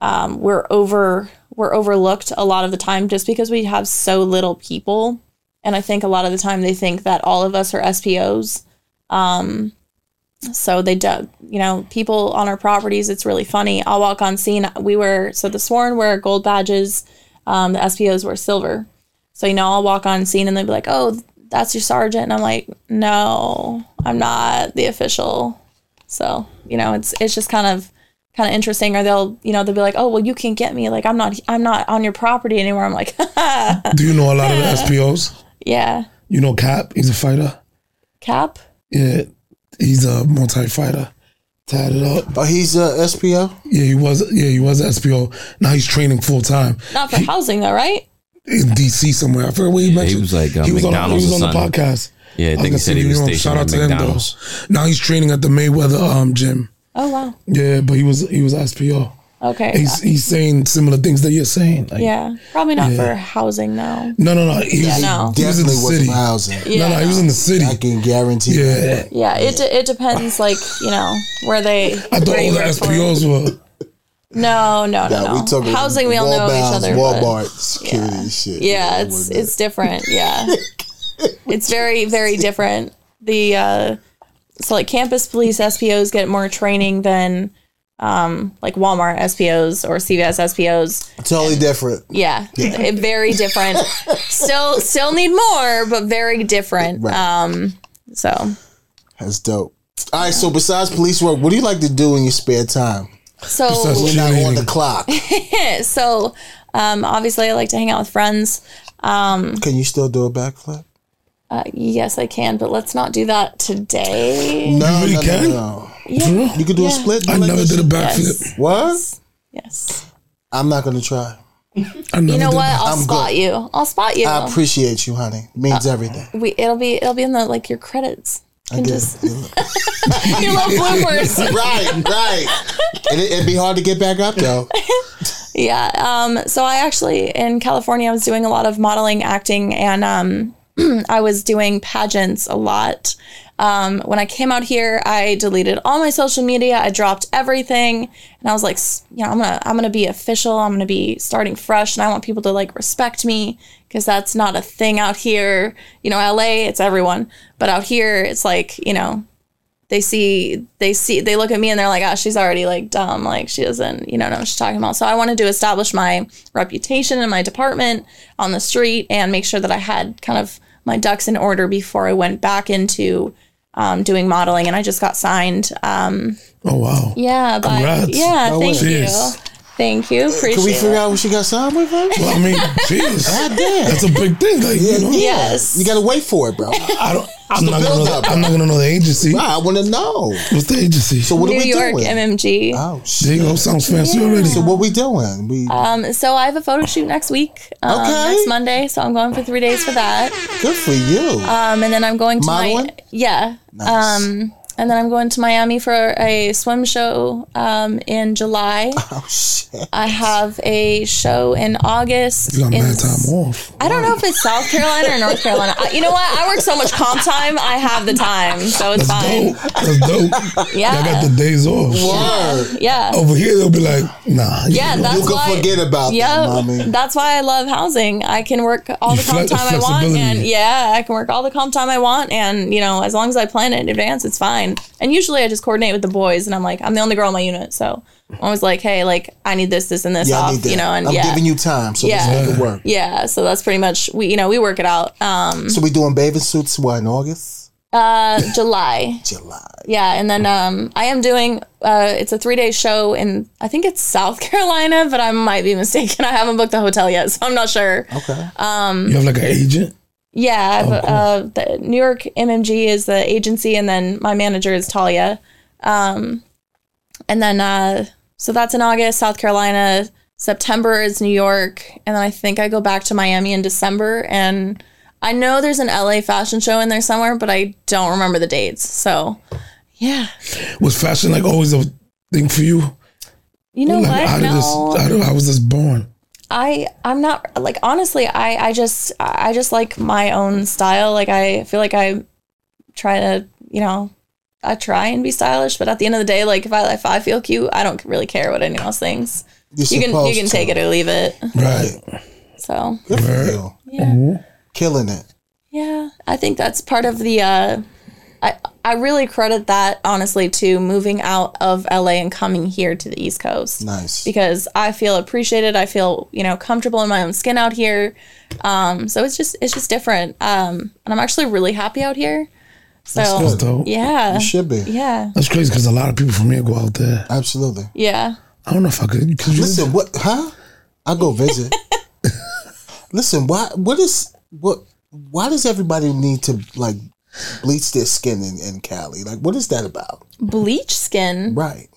D: um, we're over we're overlooked a lot of the time just because we have so little people, and I think a lot of the time they think that all of us are SPOs. Um, so they do, you know, people on our properties. It's really funny. I'll walk on scene. We were so the sworn were gold badges, um, the SPOs were silver. So, you know, I'll walk on scene and they'll be like, oh, that's your sergeant. And I'm like, no, I'm not the official. So, you know, it's it's just kind of kind of interesting. Or they'll, you know, they'll be like, oh, well, you can't get me. Like, I'm not I'm not on your property anymore. I'm like,
C: Do you know a lot of the SPOs?
D: yeah,
C: You know Cap. He's a fighter.
D: cap.
C: Yeah, he's a multi-fighter. Tied it up.
B: Oh, he's uh, SPO.
C: Yeah, he was. Yeah, he was SPO. Now he's training full time
D: Not for housing, though, right?
C: in DC somewhere. I forget what he mentioned.
E: was like, uh,
C: he was
E: McDonald's
C: on, he was
E: or
C: on the
E: something.
C: podcast.
E: Yeah, I
C: was
E: think he
C: gonna
E: said
C: say,
E: he was
C: you know,
E: stationed at
C: them, though.
E: McDonald's.
C: Now he's training at the Mayweather um, gym.
D: Oh, wow.
C: Yeah, but he was he was SPO.
D: Okay.
C: He's he's saying similar things that you're saying. Like,
D: yeah. Probably not for housing, though.
C: No, no, no. He was,
D: no.
C: he was in the
B: Definitely was
C: city.
B: from housing.
D: Yeah.
C: No, no, he was in the city.
B: I can guarantee. that.
C: Yeah,
D: yeah, it, de- it depends, like, you know, where they.
C: I thought
D: where
C: all
D: you
C: the
D: work for.
C: SPOs were.
D: No, no, no.
B: Nah,
D: no.
B: we talking
D: housing, we all
B: wall
D: know each
B: bounds,
D: other.
B: Wall
D: but-
B: Bart security shit.
D: yeah it's it's different yeah it's very very different the uh so like campus police spos get more training than um like walmart spos or cvs spos
B: totally different.
D: yeah, it- very different still still need more but very different
B: Right.
D: um so
B: That's dope. All right. So besides police work, what do you like to do in your spare time?
D: so
C: Besides-
B: We're not on
C: Cheerleading.
B: the clock.
D: so um obviously i like to hang out with friends
B: Can you still do a backflip?
D: uh, yes i can but let's not do that today
B: No,
C: really
B: no, no,
C: can?
B: no.
D: Yeah.
C: For real?
B: You can do a
D: Yeah.
B: split.
C: I
B: like
C: never
B: that
C: did a
B: shit?
C: backflip.
B: What?
D: yes
B: I'm not gonna try.
C: I never
D: You know
C: did
D: what?
C: that.
D: I'll
B: I'm
D: spot
B: good.
D: you. I'll spot you.
B: I appreciate you, honey. Means
D: uh,
B: everything.
D: we it'll be it'll be in the like your credits.
B: I
D: And
B: get
D: just
B: it.
D: your little bloopers.
B: right, right. It, it'd be hard to get back up though.
D: yeah. Um. So I actually in California, I was doing a lot of modeling, acting, and um, I was doing pageants a lot. Um, when I came out here, I deleted all my social media. I dropped everything, and I was like, "S- you know, I'm gonna I'm gonna be official. I'm gonna be starting fresh, and I want people to like respect me because that's not a thing out here. You know, LA, it's everyone, but out here, it's like you know, they see they see they look at me and they're like, oh, she's already like dumb, like she doesn't, you know, know what she's talking about. So I wanted to establish my reputation in my department on the street and make sure that I had kind of my ducks in order before I went back into um, doing modeling. And I just got signed. Um,
C: Oh wow.
D: yeah, by
C: Congrats.
D: yeah,
C: No
D: thank
C: way.
D: you,
C: Jeez.
D: thank you, appreciate
B: Can we
D: it.
B: figure out what she got signed with? Her?
C: Well, I mean, jeez,
B: damn.
C: that's a big thing. Like, you know,
D: Yes.
B: You gotta wait for it, bro.
C: I don't. I'm not, gonna know
B: build-up.
C: the, I'm not gonna know the agency.
B: I want to know.
C: What's the agency?
B: So what
D: New
B: are we
D: York
B: doing?
D: MMG.
B: oh
C: there
B: shit.
C: you go. Sounds fancy already.
B: So what we doing? We
D: Um, so I have a photo shoot next week, um,
B: Okay.
D: next Monday. So I'm going for three days for that.
B: good for you.
D: Um, and then I'm going to
B: Modeling?
D: my yeah. Um, and then I'm going to Miami for a swim show um, in July.
B: oh shit.
D: I have a show in August.
C: you got
D: in
C: mad time off.
D: I don't know if it's South Carolina or North Carolina. I, you know what? I work so much comp time. I have the time, so it's fine.
C: Dope. That's dope. I got
D: Yeah,
C: the days off.
B: Word.
D: yeah,
C: Over here, they'll be like, nah. you
D: yeah.
C: know,
D: That's
B: You can
D: why.
B: forget about that,
D: Yeah,
B: mommy.
D: that's why I love housing. I can work all
C: You
D: the comp
C: flex-
D: time I want,
C: flexibility.
D: and yeah, I can work all the comp time I want, and you know, as long as I plan it in advance, it's fine. fine. And usually I just coordinate with the boys, and I'm like, I'm the only girl in my unit, so I'm always like, hey, like I need this, this, and this
B: Y'all
D: off,
B: need that.
D: you know, and
B: I'm
D: yeah,
B: giving you time, so
D: Yeah. Mm-hmm.
B: let's make it work.
D: yeah. So that's pretty much we, you know, we work it out. Um,
B: So we doing bathing suits what in August,
D: uh, July,
B: July.
D: yeah, and then um, I am doing uh, it's a three day show in I think it's South Carolina, but I might be mistaken. I haven't booked the hotel yet, so I'm not sure.
B: Okay.
C: You have like an agent?
D: Yeah, I've, uh, the New York MMG is the agency, and then my manager is Talia. Um, and then uh, so that's in August, South Carolina. September is New York, and then I think I go back to Miami in December. And I know there's an LA fashion show in there somewhere, but I don't remember the dates. So, yeah,
C: Was fashion like always a thing for you?
D: you know
C: like, How
D: what?
C: did
D: No,
C: this? How, did, how was this born?
D: I I'm not like honestly I I just I just like my own style like I feel like I try to you know I try and be stylish but at the end of the day like if I if I feel cute I don't really care what anyone else thinks
B: You're
D: you can you
B: supposed
D: can
B: to.
D: take it or leave it
C: Right.
D: so
B: Good for you. Killing it.
D: yeah I think that's part of the uh I I really credit that honestly to moving out of LA and coming here to the East Coast
B: Nice.
D: because I feel appreciated. I feel you know comfortable in my own skin out here. Um, so it's just it's just different. Um, and I'm actually really happy out here.
C: That's
D: So
C: dope.
D: yeah,
B: You should be.
D: yeah,
C: That's crazy because a lot of people from here go out there.
B: Absolutely.
D: yeah.
C: I don't know if I could. Cause you,
B: Listen, what? Huh? I go visit. Listen, why? What is what? Why does everybody need to like bleach their skin in, in Cali? Like, what is that about?
D: Bleach skin.
B: Right?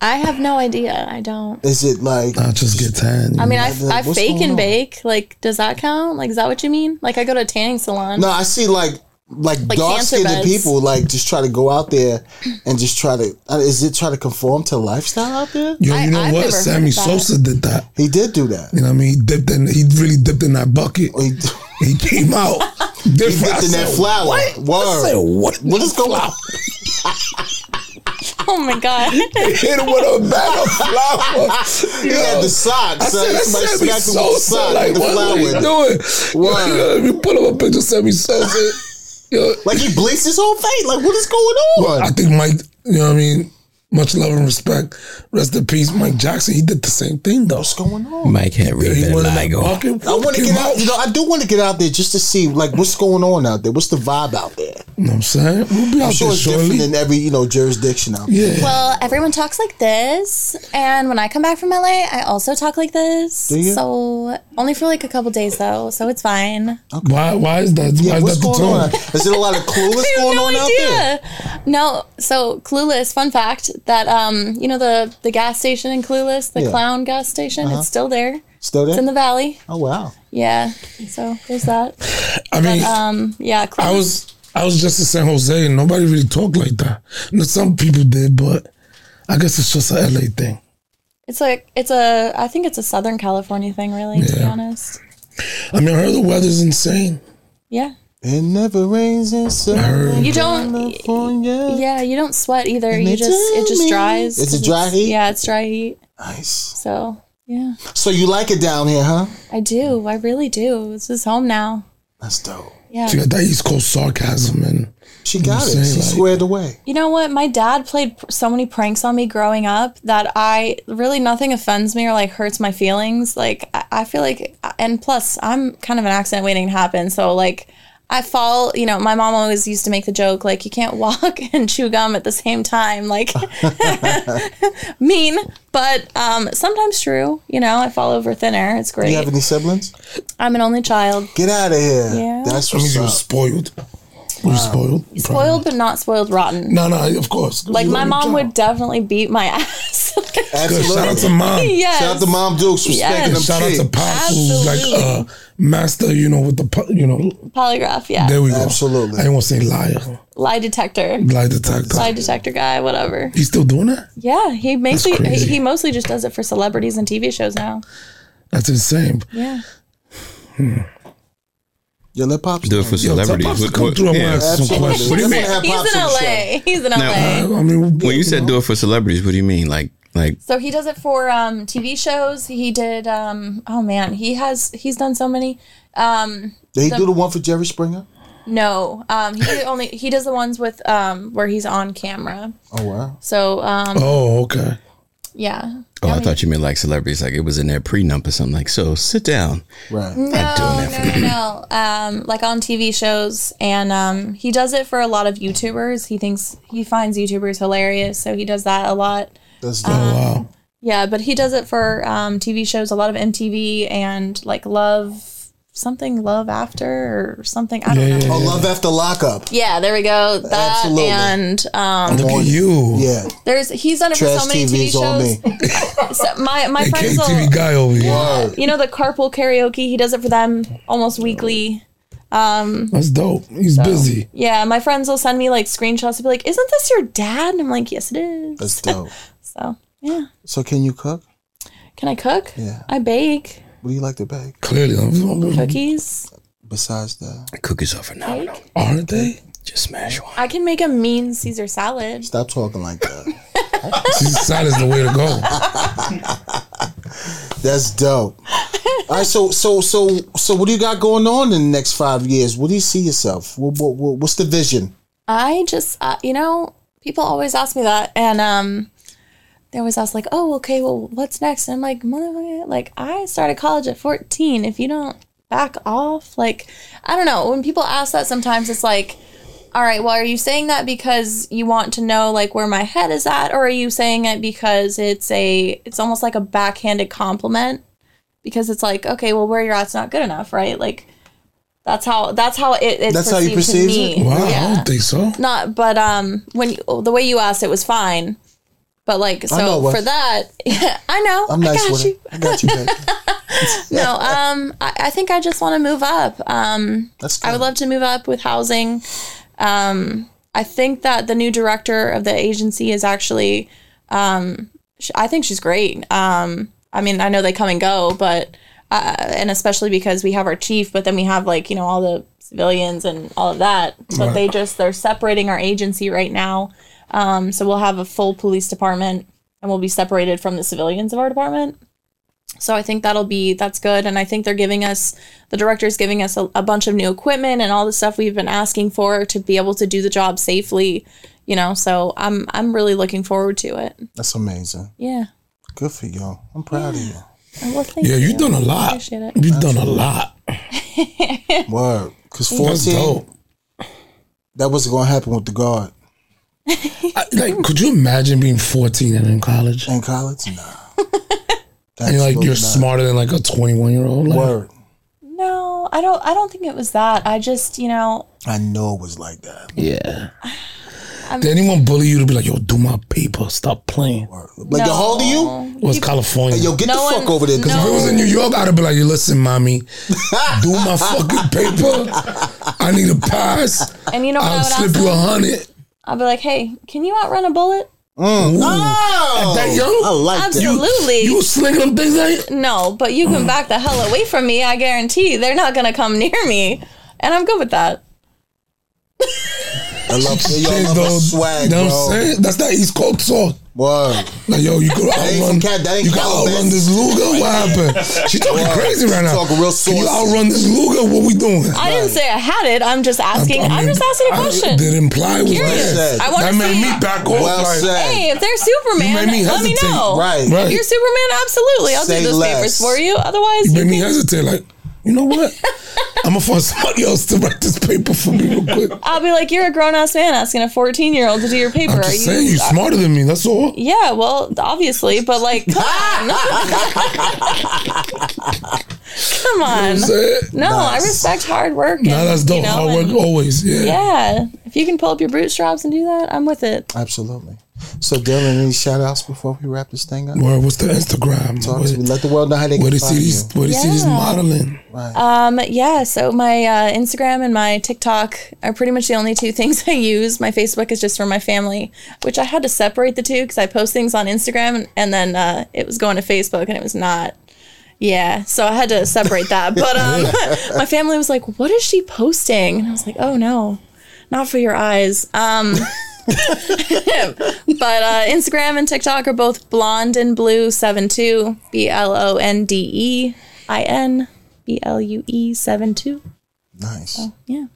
D: I have no idea. I don't.
B: Is it like
C: I just get tan.
D: I mean, I,
B: What's
D: I fake
B: going
D: and
B: on?
D: bake. Like, does that count? Like, is that what you mean? Like, I go to a tanning salon.
B: no? I see like like,
D: Like
B: dark
D: cancer
B: skinned
D: beds.
B: people like just try to go out there and just try to uh, is it try to conform to lifestyle out there?
C: yo,
D: I-
C: you know
D: I've
C: what?
D: never heard
C: Sammy
D: of that.
C: Sosa did that.
B: He did do that.
C: You know what I mean? He dipped in. He really dipped in that bucket.
B: He,
C: He came out
B: he
C: different. I
B: dipped in that
C: said,
B: flour.
C: What? I said,
B: Word.
C: what?
B: What is going on?
D: Oh my god.
C: Hit him with a bag of flour.
B: He had the socks.
C: I
B: son.
C: said, that
B: Somebody
C: Sammy
B: smacked him with
C: Sosa.
B: the sock
C: Like,
B: with the
C: what,
B: flour.
C: what are
B: in
C: you
B: it.
C: doing?
B: Why?
C: You know, if you pull up a picture of Sammy Sosa, yo,
B: Like he bleached his whole face. Like what is going on?
C: I think Mike, you know what I mean? Much love and respect. Rest in peace, Mike Jackson. He did the same thing, though.
B: What's going on?
E: Mike had really
C: He
E: been
C: went in that
E: LIGO.
C: bucket.
B: I want to
C: came
B: get out. You know, I do want to get out there just to see like what's going on out there. What's the vibe out there?
C: You know what I'm saying? We'll be out
B: I'm sure
C: there
B: it's different
C: shortly.
B: in every you know jurisdiction out there.
C: Yeah.
D: Well, everyone talks like this, and when I come back from LA, I also talk like this.
B: Do you?
D: So only for like a couple days though, so it's fine.
C: Why? Why is that?
B: Yeah,
C: why is that
B: what's
C: the
B: going
C: tone?
B: on? Is it a lot of clueless
D: I
B: going on out there?
D: No, so Clueless. Fun fact that um, you know the the gas station in Clueless, the
B: Yeah. Uh-huh.
D: clown gas station. It's still there.
B: Still
D: It's in
B: there?
D: the valley.
B: Oh wow!
D: Yeah. So there's that.
C: I mean,
D: Um. Yeah. Clown.
C: I was I was just in San Jose and nobody really talked like that. You know, some people did, but I guess it's just a LA thing.
D: It's like it's a. I think it's a Southern California thing, really. To be
C: Yeah.
D: honest.
C: I mean, I heard the weather's insane.
D: Yeah.
B: It never rains in Southern
C: heard.
D: You don't.
B: California.
D: Yeah. You don't sweat either. you
B: They
D: just. It
B: tell
D: just
B: me.
D: dries.
B: It's a
D: 'cause
B: dry heat.
D: Yeah. It's dry heat.
B: Nice.
D: So. Yeah.
B: So you like it down here, huh?
D: I do. I really do. This is home now.
B: That's dope.
D: Yeah.
C: So you got that East Coast sarcasm and
B: She got it.
C: saying,
B: She
C: like-
B: squared away.
D: You know what? My dad played pr- so many pranks on me growing up that I really nothing offends me or like hurts my feelings. Like I, I feel like, uh, and plus I'm kind of an accident waiting to happen. So like I fall, you know, my mom always used to make the joke like you can't walk and chew gum at the same time. Like mean, but um, sometimes true. You know, I fall over thinner. It's
B: Do
D: great.
B: you have any siblings?
D: I'm an only child,
B: Get out of here.
D: Yeah.
B: That's
C: I mean,
B: what's
C: you were
B: up.
C: spoiled. You were spoiled.
D: spoiled but not spoiled rotten.
C: No, no, of course.
D: Like my mom would definitely beat my ass.
C: Good. Shout out to
B: Absolutely.
C: mom.
D: yes.
B: Shout out to Mom Dukes for
D: Yes.
B: spanking them
C: Shout out to
B: kids.
C: Pops, who's like
D: Absolutely.
C: uh, master, you know, with the, pu- you know,
D: polygraph. Yeah.
C: there we go.
B: Absolutely.
C: I didn't want to say liar,
D: lie detector
C: lie detector.
D: lie detector guy whatever
C: He's still doing that?
D: yeah he makes
C: That's
D: he,
C: crazy.
D: he mostly just does it for celebrities and tv shows now
C: That's insane.
D: yeah
B: Yo, let Pops
E: Do it for
C: Yo, tell
E: celebrities.
C: Pops to
E: What-
C: come
E: what-
C: through. I'm
E: yeah.
C: gonna ask him some
B: Absolutely.
C: questions. What do you mean?
B: Definitely have
D: he's in
B: Pops on the show.
D: la he's in la
E: Now-
C: I mean,
E: When you said do it for celebrities, what do you mean? Like, like
D: so he does it for um tv shows he did um oh man he has he's done so many um
B: Did he do the one for Jerry Springer?
D: No, um, he only he does the ones with um where he's on camera.
B: Oh wow.
D: So um,
C: Oh, okay.
D: yeah,
E: Oh, I thought you meant like celebrities, like it was in their prenup or something. Like, so sit down.
B: Right.
D: Mm-hmm.
E: I'm doing
D: no,
E: that
D: no, no, no. Um, like on TV shows, and um, he does it for a lot of YouTubers. He thinks he finds YouTubers hilarious, so he does that a lot.
B: That's dope.
D: Um,
C: Wow.
D: Yeah, but he does it for um, TV shows, a lot of MTV and like Love something, Love After or something. I don't
C: Yeah,
D: know.
C: yeah,
B: oh, love after lockup.
D: Yeah, there we go. That
B: Absolutely.
D: and um,
C: Look at you.
B: Oh, Yeah.
D: there's he's done it for
B: Trash
D: so many TV
B: TV's on
D: shows.
B: me.
D: So my my
C: Hey,
D: friends
C: KTV
D: will,
C: guy over here.
B: Word.
D: you know the carpool karaoke. He does it for them almost weekly.
C: That's dope. He's busy.
D: Yeah, my friends will send me like screenshots and be like, "Isn't this your dad?" And I'm like, "Yes, it is."
B: That's dope.
D: So yeah,
B: So can you cook?
D: can I cook?
B: Yeah.
D: I bake
B: What do you like to bake
C: Clearly,
D: cookies.
B: besides that?
E: Cookies are phenomenal.
C: aren't they?
E: Just smash one.
D: I can make a mean Caesar salad.
B: Stop talking like that.
C: She's sad is the way to go.
B: That's dope. All right, so so so so, what do you got going on in the next five years? What do you see yourself? What, what, what- what's the vision?
D: I just, uh, you know, people always ask me that, and um, they always ask like, "Oh, okay, well, what's next?" And I'm like, "Motherfucker, like I started college at 14. If you don't back off, like, I don't know." When people ask that, sometimes it's like, "All right, well, are you saying that because you want to know like where my head is at, or are you saying it because it's a, it's almost like a backhanded compliment?" Because it's like, okay, well, where you're at's not good enough, right? Like, that's how that's how it. It's
B: That's how you
D: perceived to
B: perceive
D: me.
B: it?
C: Wow, I
D: Yeah
C: don't think so.
D: not but um when you, the way you asked it was fine but like
B: know it
D: so
B: was.
D: for that i know
B: I'm
D: i
B: nice
D: got
B: with
D: you
B: it. I got you, babe.
D: no um I, I think i just want to move up um
B: That's
D: i would love to move up with housing um i think that the new director of the agency is actually um sh- i think she's great um i mean i know they come and go but uh, and especially because we have our chief but then we have like you know all the civilians and all of that but they just they're separating our agency right now um so we'll have a full police department and we'll be separated from the civilians of our department so I think that'll be that's good, and I think they're giving us the director's giving us a, a bunch of new equipment and all the stuff we've been asking for to be able to do the job safely, you know. So I'm I'm really looking forward to it.
B: That's amazing.
D: Yeah. Oh,
B: Good for y'all. I'm proud of you.
D: Well, thank
C: Yeah, you've done a lot.
D: Appreciate it.
C: You've done a lot.
B: Word. Because
C: That's
B: 14,
C: dope.
B: that wasn't going to happen with the guard.
C: I, like, could you imagine being 14 and in college?
B: In college? Nah.
C: And like
B: Absolutely
C: you're
B: not.
C: smarter than like a 21 year old. Like,
B: Word.
D: No, I don't. I don't think it was that. I just you know
B: I know it was like that.
C: Yeah. Did anyone bully you to be like, yo, do my paper, stop playing?
B: Word. Like, yo, how old are you?
C: It was California.
B: Yo, get
D: No
B: the fuck
D: one-
B: over there. 'cause
C: if it
D: no.
C: was in New York, I'd have been like, yo, listen, mommy, do my fucking paper. I need a pass.
D: and you know what i
C: I'll
D: would ask
C: slip you a
D: them?
C: hundred.
D: I'll be like, hey, can you outrun a bullet?
B: Oh,
C: That young?
B: I like that.
D: Absolutely.
C: You slinging them things like
D: no, but you can back the hell away from me. I guarantee they're not gonna come near me, and I'm good with that.
B: I love that. Yo, I
C: things,
B: love
C: though.
B: the swag,
C: you know what I'm
B: bro.
C: saying? That's that East Coast talk.
B: Word.
C: Like, yo, you could
B: ain't
C: outrun,
B: from Cal- that ain't
C: you could
B: Calabas.
C: outrun this Luga. What happened? She talking crazy right now.
B: Talking real
C: Can you
B: saucy.
C: outrun this Luga? What we doing?
D: I didn't say I had it. I'm just asking. I'm,
C: mean,
D: just asking a
C: I-
D: question.
C: Did imply was
D: Curious.
C: there.
D: I
C: that
D: wanna
C: made
D: see-
C: me back off.
B: Well
C: like,
B: said.
D: hey, if they're Superman,
C: You made me
D: let me
C: hesitate.
D: know.
B: Right.
C: Right.
D: If you're Superman, absolutely. I'll
B: Say
D: do those
B: less.
D: papers for you.
C: You
D: Otherwise, you
C: made me
D: can-
C: hesitate. Like, you know what? I'm gonna find somebody else to write this paper for me real quick.
D: I'll be like, you're a grown ass man asking a 14 year old to do your paper.
C: I'm
D: Are
C: just
D: you?
C: saying, you smarter than me. That's all.
D: yeah, well, obviously, but like, come on. come on.
C: Say it.
D: No, I respect hard work. And,
C: Nah, that's
D: you
C: dope.
D: know,
C: Hard
D: and-
C: work always. Yeah.
D: Yeah, if you can pull up your bootstraps and do that, I'm with it.
B: Absolutely. So, Dylan, any shout outs before we wrap this thing up?
C: Where what's the Instagram?
B: Talk
C: where,
B: to me. Let the world know how they
C: where
B: can
C: they
B: find
C: see
B: you.
C: these? Where they see these
D: Yeah.
C: modeling?
D: Um, yeah, so my uh, Instagram and my TikTok are pretty much the only two things I use. My Facebook is just for my family, which I had to separate the two because I post things on Instagram and, and then uh, it was going to Facebook and it was not. Yeah, so I had to separate that. But um, my family was like, "What is she posting?" And I was like, "Oh no, not for your eyes." Um, but uh, Instagram and TikTok are both blonde and blue seven two B L O N D E I N B L U E seven two.
B: Nice.
D: Yeah.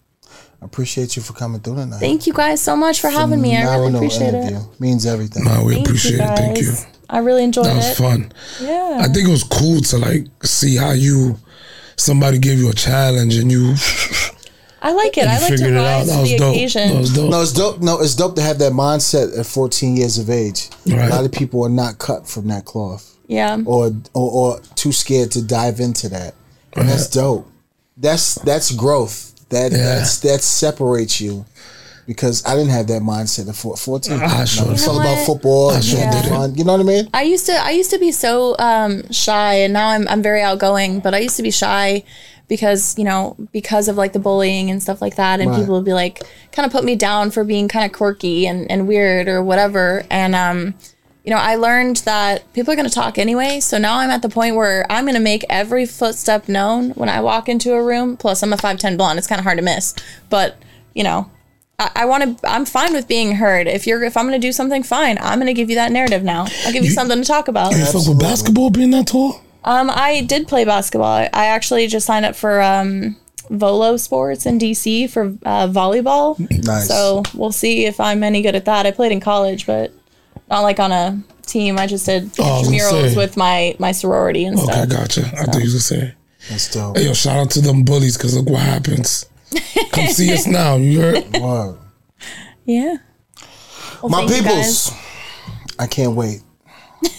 B: I appreciate you for coming through tonight.
D: Thank you guys so much for having me. I really
B: Phenomenal
D: appreciate it.
B: interview. Means everything.
C: Nah, we
D: Thank
C: appreciate
D: you
C: it.
D: guys.
C: Thank you.
D: I really enjoyed
C: That was
D: it.
C: fun.
D: Yeah.
C: I think it was cool to like see how you somebody gave you a challenge and you,
D: I like it.
C: and
D: I
C: you
D: like to
C: figured it out.
D: rise
C: That
D: to
C: was
D: the
C: dope.
D: occasion.
C: That was dope.
B: No, it's dope. No, it's dope to have that mindset at 14 years of age.
C: Right.
B: A lot of people are not cut from that cloth,
D: yeah.
B: or or, or too scared to dive into that. And that's dope. That's that's growth. That
C: Yeah.
B: that's that separates you. Because I didn't have that mindset at four- 14.
C: I sure
B: it's
C: did.
B: all
D: You know
B: about
D: what?
B: football. and
C: sure
B: having
C: did it.
B: fun. You know what I mean?
D: I used to I used to be so um, shy, and now I'm I'm very outgoing. But I used to be shy because you know because of like the bullying and stuff like that, and
B: Right.
D: people would be like kind of put me down for being kind of quirky and, and weird or whatever. And um, you know I learned that people are going to talk anyway. So now I'm at the point where I'm going to make every footstep known when I walk into a room. Plus I'm a five ten blonde; it's kind of hard to miss. But you know. I, I want to. I'm fine with being heard. If you're, if I'm going to do something, fine. I'm going to give you that narrative now. I'll give you,
C: You-
D: something to talk about.
C: You fuck with
B: Absolutely.
C: basketball being that tall?
D: Um, I did play basketball. I, I actually just signed up for um, Volo Sports in DC for uh, volleyball.
B: Nice.
D: So we'll see if I'm any good at that. I played in college, but not like on a team. I just did
C: Oh, I was gonna
D: murals
C: say.
D: with my my sorority and
C: Okay,
D: stuff.
C: gotcha. I thought you was gonna say.
B: That's dope.
C: Hey, yo, shout out to them bullies because look what happens. Come see us now. You heard?
B: Word.
D: Yeah. Well,
B: My
D: thank you
B: peoples.
D: guys.
B: I can't wait.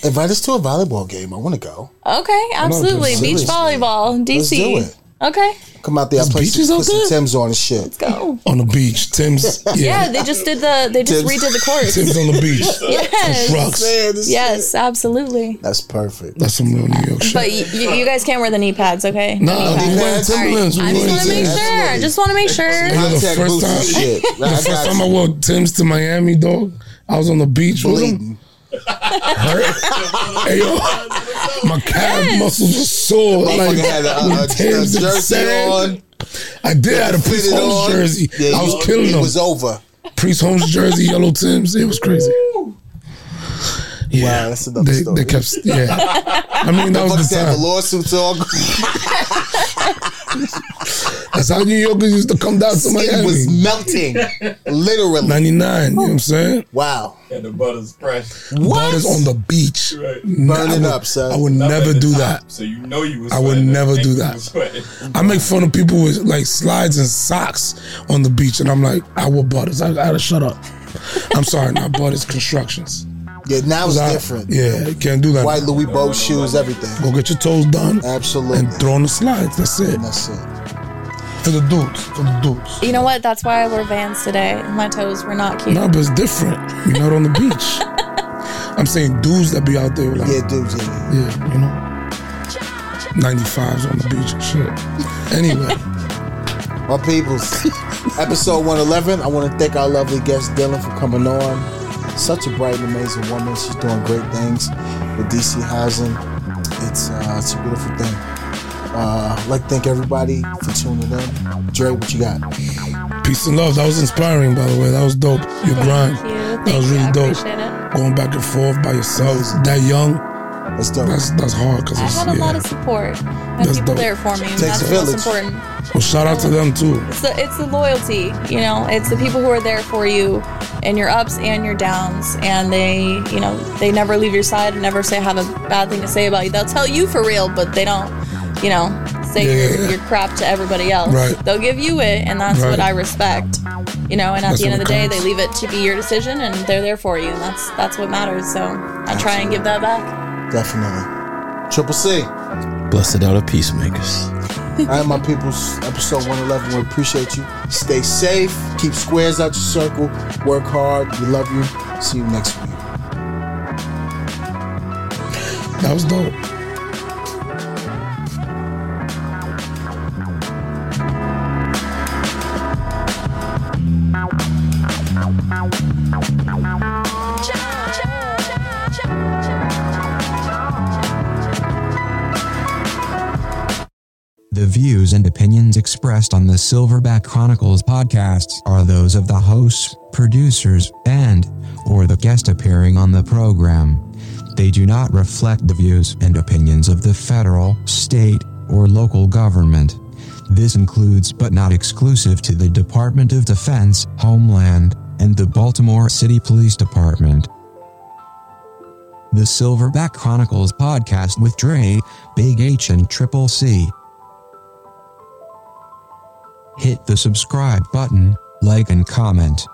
B: Invite us to a volleyball game. I want to go.
D: Okay, absolutely. Beach
B: seriously.
D: volleyball, DC.
B: Let's do it.
D: Okay,
B: Come out there, I play
C: beaches
B: some,
C: out
B: put some
C: there?
B: Tim's on and shit.
D: go.
C: On the beach. Tim's. Yeah.
D: Yeah, they just did the. They just
B: Did-
D: redid the course.
C: Tim's on the beach.
D: yes.
C: Rocks.
B: Man, this-
D: Yes, absolutely.
B: That's perfect.
C: That's some real New York shit.
D: But y- y- you guys can't wear the knee pads, okay?
C: Nah, we wearing Timberlands. We
D: I just want to
C: wearing
D: make
C: Timberlands.
D: sure. I just want to make sure.
C: Yo, the
B: Contact
C: first
B: boots and
C: time-
B: shit.
C: The
B: I
C: first
B: got
C: time I
B: you.
C: wore Tim's to Miami, dog, I was on the beach with him.
B: Bleeding.
C: Hurt. Hey, yo, my calf muscles were sore. Like,
B: Motherfucker had a, a, a,
C: with Tim's and
B: jersey
C: sand.
B: on.
C: I did have a
B: Put
C: Priest
B: it
C: Holmes
B: on.
C: jersey.
B: Yeah,
C: I
B: you-
C: was killing
B: It
C: them.
B: was over.
C: Priest Holmes jersey, yellow Tim's. It was crazy. Yeah,
B: that's another
C: they,
B: story.
C: they kept. Yeah, I mean that
B: Fuck
C: was the
B: that, the
C: time.
B: lawsuits all it
C: That's how New Yorkers used to come down to
B: was
C: Miami.
B: melting. Literally.
C: Ninety nine. You know what I'm saying?
B: Wow.
G: and the butter's fresh.
C: What is on the beach?
G: Right.
C: I
B: Burning
C: would-
B: up, son.
C: I would never do that.
G: So you know you was.
C: I would
G: sweating.
C: never
G: Thank
C: do
G: you
C: that.
G: for sweating.
C: I make fun of people with like slides and socks on the beach, and I'm like, I will butters. I gotta shut up. I'm sorry, not butters. Constructions.
B: Yeah, now it's
C: I-
B: different.
C: Yeah, you can't do that.
B: White Louis Bow
G: no,
B: shoes,
G: no.
B: everything.
C: Go get your toes done
B: Absolutely.
C: and throw on the slides. That's it.
B: That's it.
C: For the dudes. For the dudes.
D: You know what? That's why I wore Vans today. My toes were not cute.
C: No, but it's different. You're not on the beach. I'm saying dudes that be out there like, yeah,
B: Yeah, dude. Yeah.
C: you know, 95s on the beach and shit. Anyway,
B: My peoples, episode 111. I want to thank our lovely guest Dylan for coming on. Such a bright and amazing woman. She's doing great things with DC Housing. It's, uh, it's a beautiful thing. Uh, I'd like to thank everybody for tuning in. Dre, what you got?
C: peace and love. That was inspiring, by the way. That was dope. Your grind.
D: Thank you.
C: That was
D: Thank you.
C: really
D: I
C: dope.
D: appreciate it.
C: Going back and forth by yourself, that young,
B: Let's do it.
C: that's that's hard because
D: I
C: it's
D: had a lot
C: yeah.
D: of support. I had
C: That's
D: people
C: dope.
D: there for me. and That's
B: a
D: the most
B: village.
D: important.
C: Well, shout out to them too.
D: It's the, it's the loyalty, you know. It's the people who are there for you in your ups and your downs, and they, you know, they never leave your side and never say have a bad thing to say about you. They'll tell you for real, but they don't, you know, say
C: Yeah, yeah,
D: your,
C: yeah.
D: your crap to everybody else.
C: Right.
D: They'll give you it, and that's
C: Right.
D: what I respect, you know. And at
C: That's
D: the end of
C: what
D: the day,
C: counts.
D: they leave it to be your decision, and they're there for you, and that's that's what matters. So I try and give that back.
B: Definitely. Triple C.
E: Blessed are the peacemakers.
B: All right, my peoples, episode 111. We appreciate you. Stay safe. Keep squares out your circle. Work hard. We love you. See you next week.
C: That was dope.
H: The views and opinions expressed on the Silverback Chronicles podcast are those of the hosts, producers, and or the guest appearing on the program. They do not reflect the views and opinions of the federal, state, or local government. This includes, but not exclusive to, the Department of Defense, Homeland, and the Baltimore City Police Department. The Silverback Chronicles podcast with Dre, Big H, and Triple C. Hit the subscribe button, like, and comment.